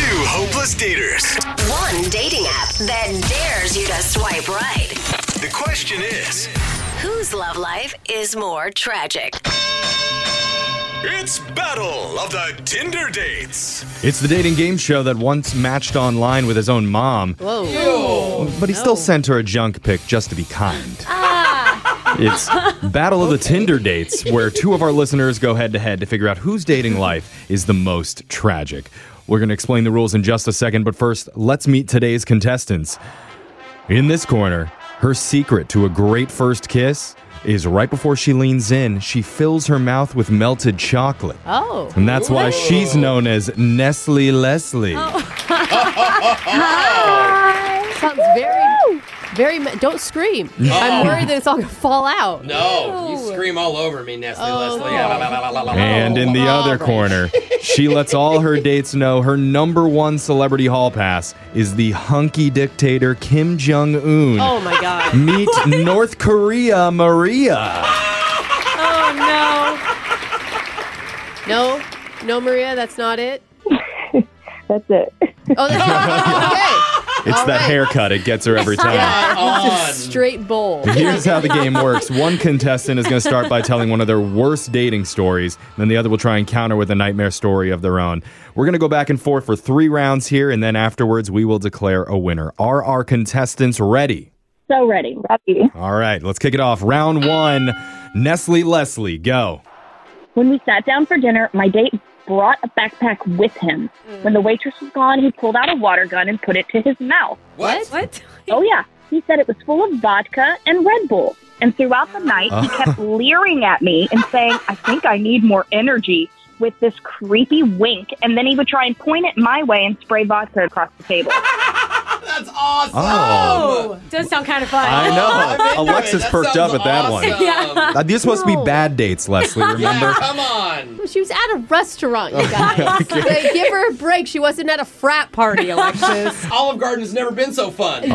Reckless daters. One dating app that dares you to swipe right. The question is Whose love life is more tragic? it's Battle of the Tinder Dates. It's the dating game show that once matched online with his own mom, but he still sent her a junk pic just to be kind. It's Battle of the Tinder Dates, where two of our listeners go head to head to figure out whose dating life is the most tragic. We're going to explain the rules in just a second, but first, let's meet today's contestants. In this corner, her secret to a great first kiss is right before she leans in, she fills her mouth with melted chocolate. Oh. And that's why she's known as Nestle Leslie. Oh. Sounds very, very. ma- Don't scream. Oh. I'm worried that it's all gonna fall out. No, you scream all over me, Nestle Oh. Leslie. Ah, la, la, la, la, la, la. And in the other corner, she lets all her dates know her number one celebrity hall pass is the hunky dictator Kim Jong Un. Oh my god. Meet North Korea Maria. Oh no. No, no, Maria, that's not it. That's it. Oh, that's okay. It's All that right. haircut, it gets her every time. on. Just straight bowl. Here's how the game works. One contestant is going to start by telling one of their worst dating stories, then the other will try and counter with a nightmare story of their own. We're going to go back and forth for three rounds here, and then afterwards we will declare a winner. Are our contestants ready? So ready. Ready. All right, let's kick it off. Round one Nestle Leslie, go. When we sat down for dinner, my date brought a backpack with him. When the waitress was gone, he pulled out a water gun and put it to his mouth. What? Oh, yeah. He said it was full of vodka and Red Bull. And throughout the night, he kept leering at me and saying, I think I need more energy with this creepy wink. And then he would try and point it my way and spray vodka across the table. That's awesome. Oh. Does sound kind of fun. I I'm know. into Alexis it. That perked up at sounds that one. awesome. Yeah. Uh, These are supposed to be bad dates, Leslie, remember? Come on. She was at a restaurant, you guys. Hey, give her a break. She wasn't at a frat party, Alexis. Olive Garden's never been so fun.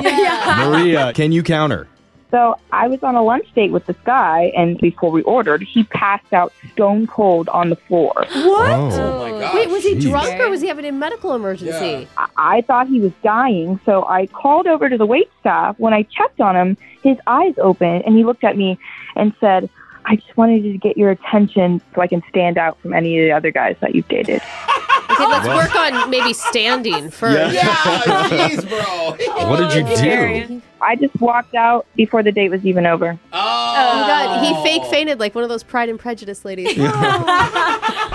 Maria, can you counter? So I was on a lunch date with this guy, and before we ordered, he passed out stone cold on the floor. What? Oh. Oh my gosh. Wait, was he Jeez. drunk or was he having a medical emergency? I- I thought he was dying, so I called over to the wait staff. When I checked on him, his eyes opened and he looked at me and said, I just wanted to get your attention so I can stand out from any of the other guys that you've dated. Okay, let's work on maybe standing first. Yeah. Yeah, jeez, bro. Oh, What did you do? I just walked out before the date was even over. Oh my god, he fake fainted like one of those Pride and Prejudice ladies.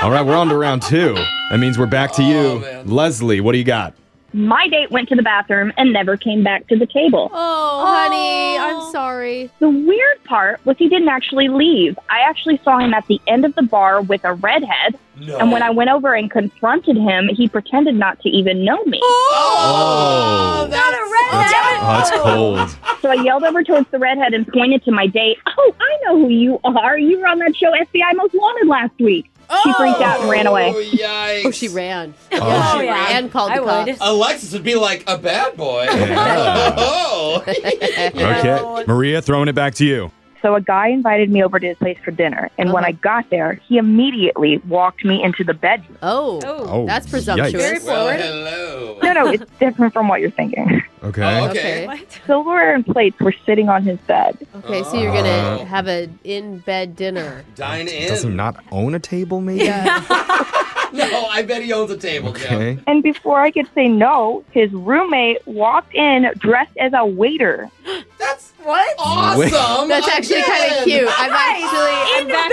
All right, we're on to round two. That means we're back to Oh, you. man. Leslie, what do you got? My date went to the bathroom and never came back to the table. Oh, honey, I'm sorry. The weird part was he didn't actually leave. I actually saw him at the end of the bar with a redhead, No. and when I went over and confronted him, he pretended not to even know me. Oh, Not a that's, oh, that's cold. So I yelled over towards the redhead and pointed to my date. Oh, I know who you are. You were on that show FBI Most Wanted last week. She freaked out and ran away. Yikes. Oh, she ran. Oh. she ran. Called I the cops. would. Alexis would be like a bad boy. Yeah. Oh. Okay, Maria, throwing it back to you. So a guy invited me over to his place for dinner. And when I got there, he immediately walked me into the bedroom. Oh. Oh. Oh, That's Yikes. presumptuous. Well, hello. No, no, it's different from what you're thinking. Okay. Oh, Okay. Okay. What? Silverware and plates were sitting on his bed. Okay, so you're gonna Uh. have an in bed dinner. Dine in. Does he not own a table, maybe? No, I bet he owns a table, Okay. And before I could say no, his roommate walked in dressed as a waiter. Jeff. That's What? awesome. That's actually kind of again. cute. I'm actually In the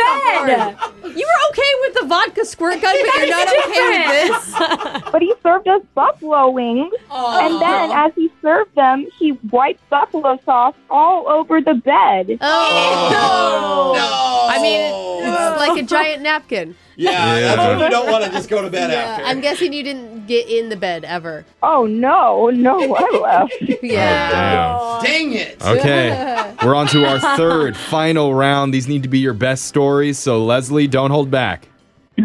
bed. You were okay with the vodka squirt gun, but you're not okay with this. But he served us buffalo wings. And then as he served them, he wiped buffalo sauce all over the bed. Oh, No. I mean, it's like a giant napkin. yeah, Yeah. that's when you don't want to just go to bed after. I'm guessing you didn't get in the bed ever. Oh no, no, I left. Oh, Dang it. damn. Okay, we're on to our third, final round. These need to be your best stories, so Leslie, don't hold back.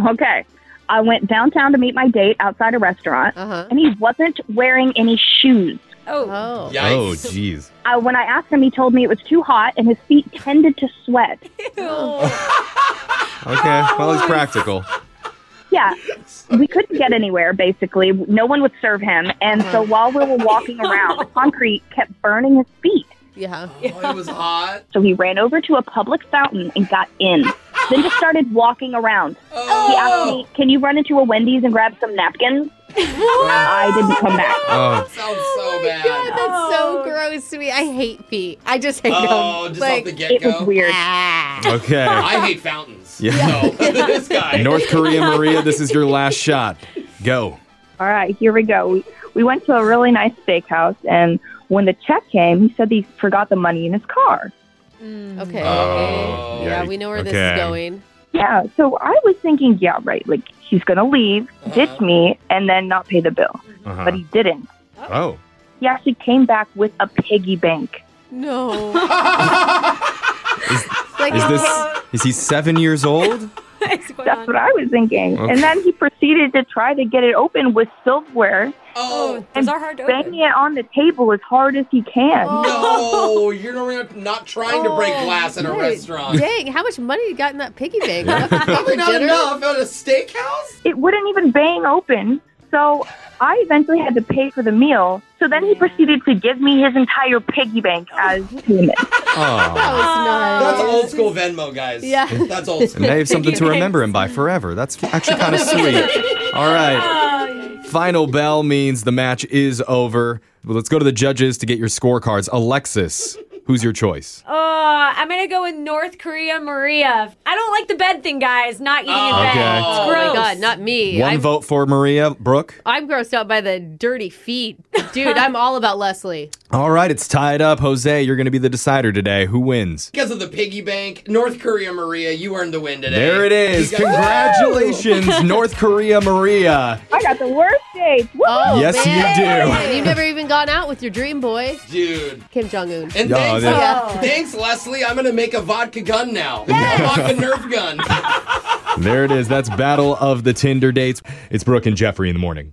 Okay. I went downtown to meet my date outside a restaurant, Uh huh. and he wasn't wearing any shoes. Oh. Oh. Oh, Yikes. jeez. I, when I asked him, he told me it was too hot and his feet tended to sweat. Okay, well, it's practical. yeah, we couldn't get anywhere, basically. No one would serve him. And so while we were walking around, the concrete kept burning his feet. Yeah. Oh, it was hot. So he ran over to a public fountain and got in. Then just started walking around. He asked Oh, me, Can you run into a Wendy's and grab some napkins? I didn't come back. Oh, sounds so God, bad. that's so Oh. gross to me. I hate feet. I just hate Oh, them. just like, off the It was get-go. weird. ah. okay. I hate fountains. Yeah. So this guy. North Korea, Maria, this is your last shot. Go. All right, here we go. We, we went to a really nice steakhouse, and when the check came, he said he forgot the money in his car. Okay. Oh, okay. Yeah, yikes. we know where this Okay. is going. Yeah, so I was thinking, yeah, right, like he's going to leave, ditch me, and then not pay the bill. But Uh-huh. he didn't. Oh. He actually came back with a piggy bank. No. like, Is this is he seven years old? What's going That's on? what I was thinking. Okay. And then he proceeded to try to get it open with silverware, Oh. Those are hard to open. Oh. banging it on the table as hard as he can. No, you're not- not trying to break Oh, glass in a dude, restaurant. Dang, how much money you got in that piggy bank? Enough to pay for Probably not dinner? enough at a steakhouse. It wouldn't even bang open. So I eventually had to pay for the meal. So then he proceeded to give me his entire piggy bank as payment. That Oh. was nice. That's old school Venmo, guys. Yeah. That's old And school. they have something to remember him by forever. That's actually kind of sweet. All right. Oh, Final bell means the match is over. Well, let's go to the judges to get your scorecards. Alexis, who's your choice? uh, I'm gonna go with North Korea Maria. I don't like the bed thing, guys. Not eating Oh. in bed. Okay. It's Oh Oh gross. my god, not me. One I'm, vote for Maria. Brooke? I'm grossed out by the dirty feet. Dude, I'm all about Leslie. All right, it's tied up. Jose, you're going to be the decider today. Who wins? Because of the piggy bank, North Korea Maria, you earned the win today. There it is. You guys- Congratulations, North Korea Maria. I got the worst dates. Woo! Oh, Yes, man. you do. And you've never even gone out with your dream boy, Dude. Kim Jong Un. And Oh, thanks, uh, there- Yeah. thanks, Leslie. I'm going to make a vodka gun now. A vodka Nerf gun. There it is. That's Battle of the Tinder Dates. It's Brooke and Jeffrey in the morning.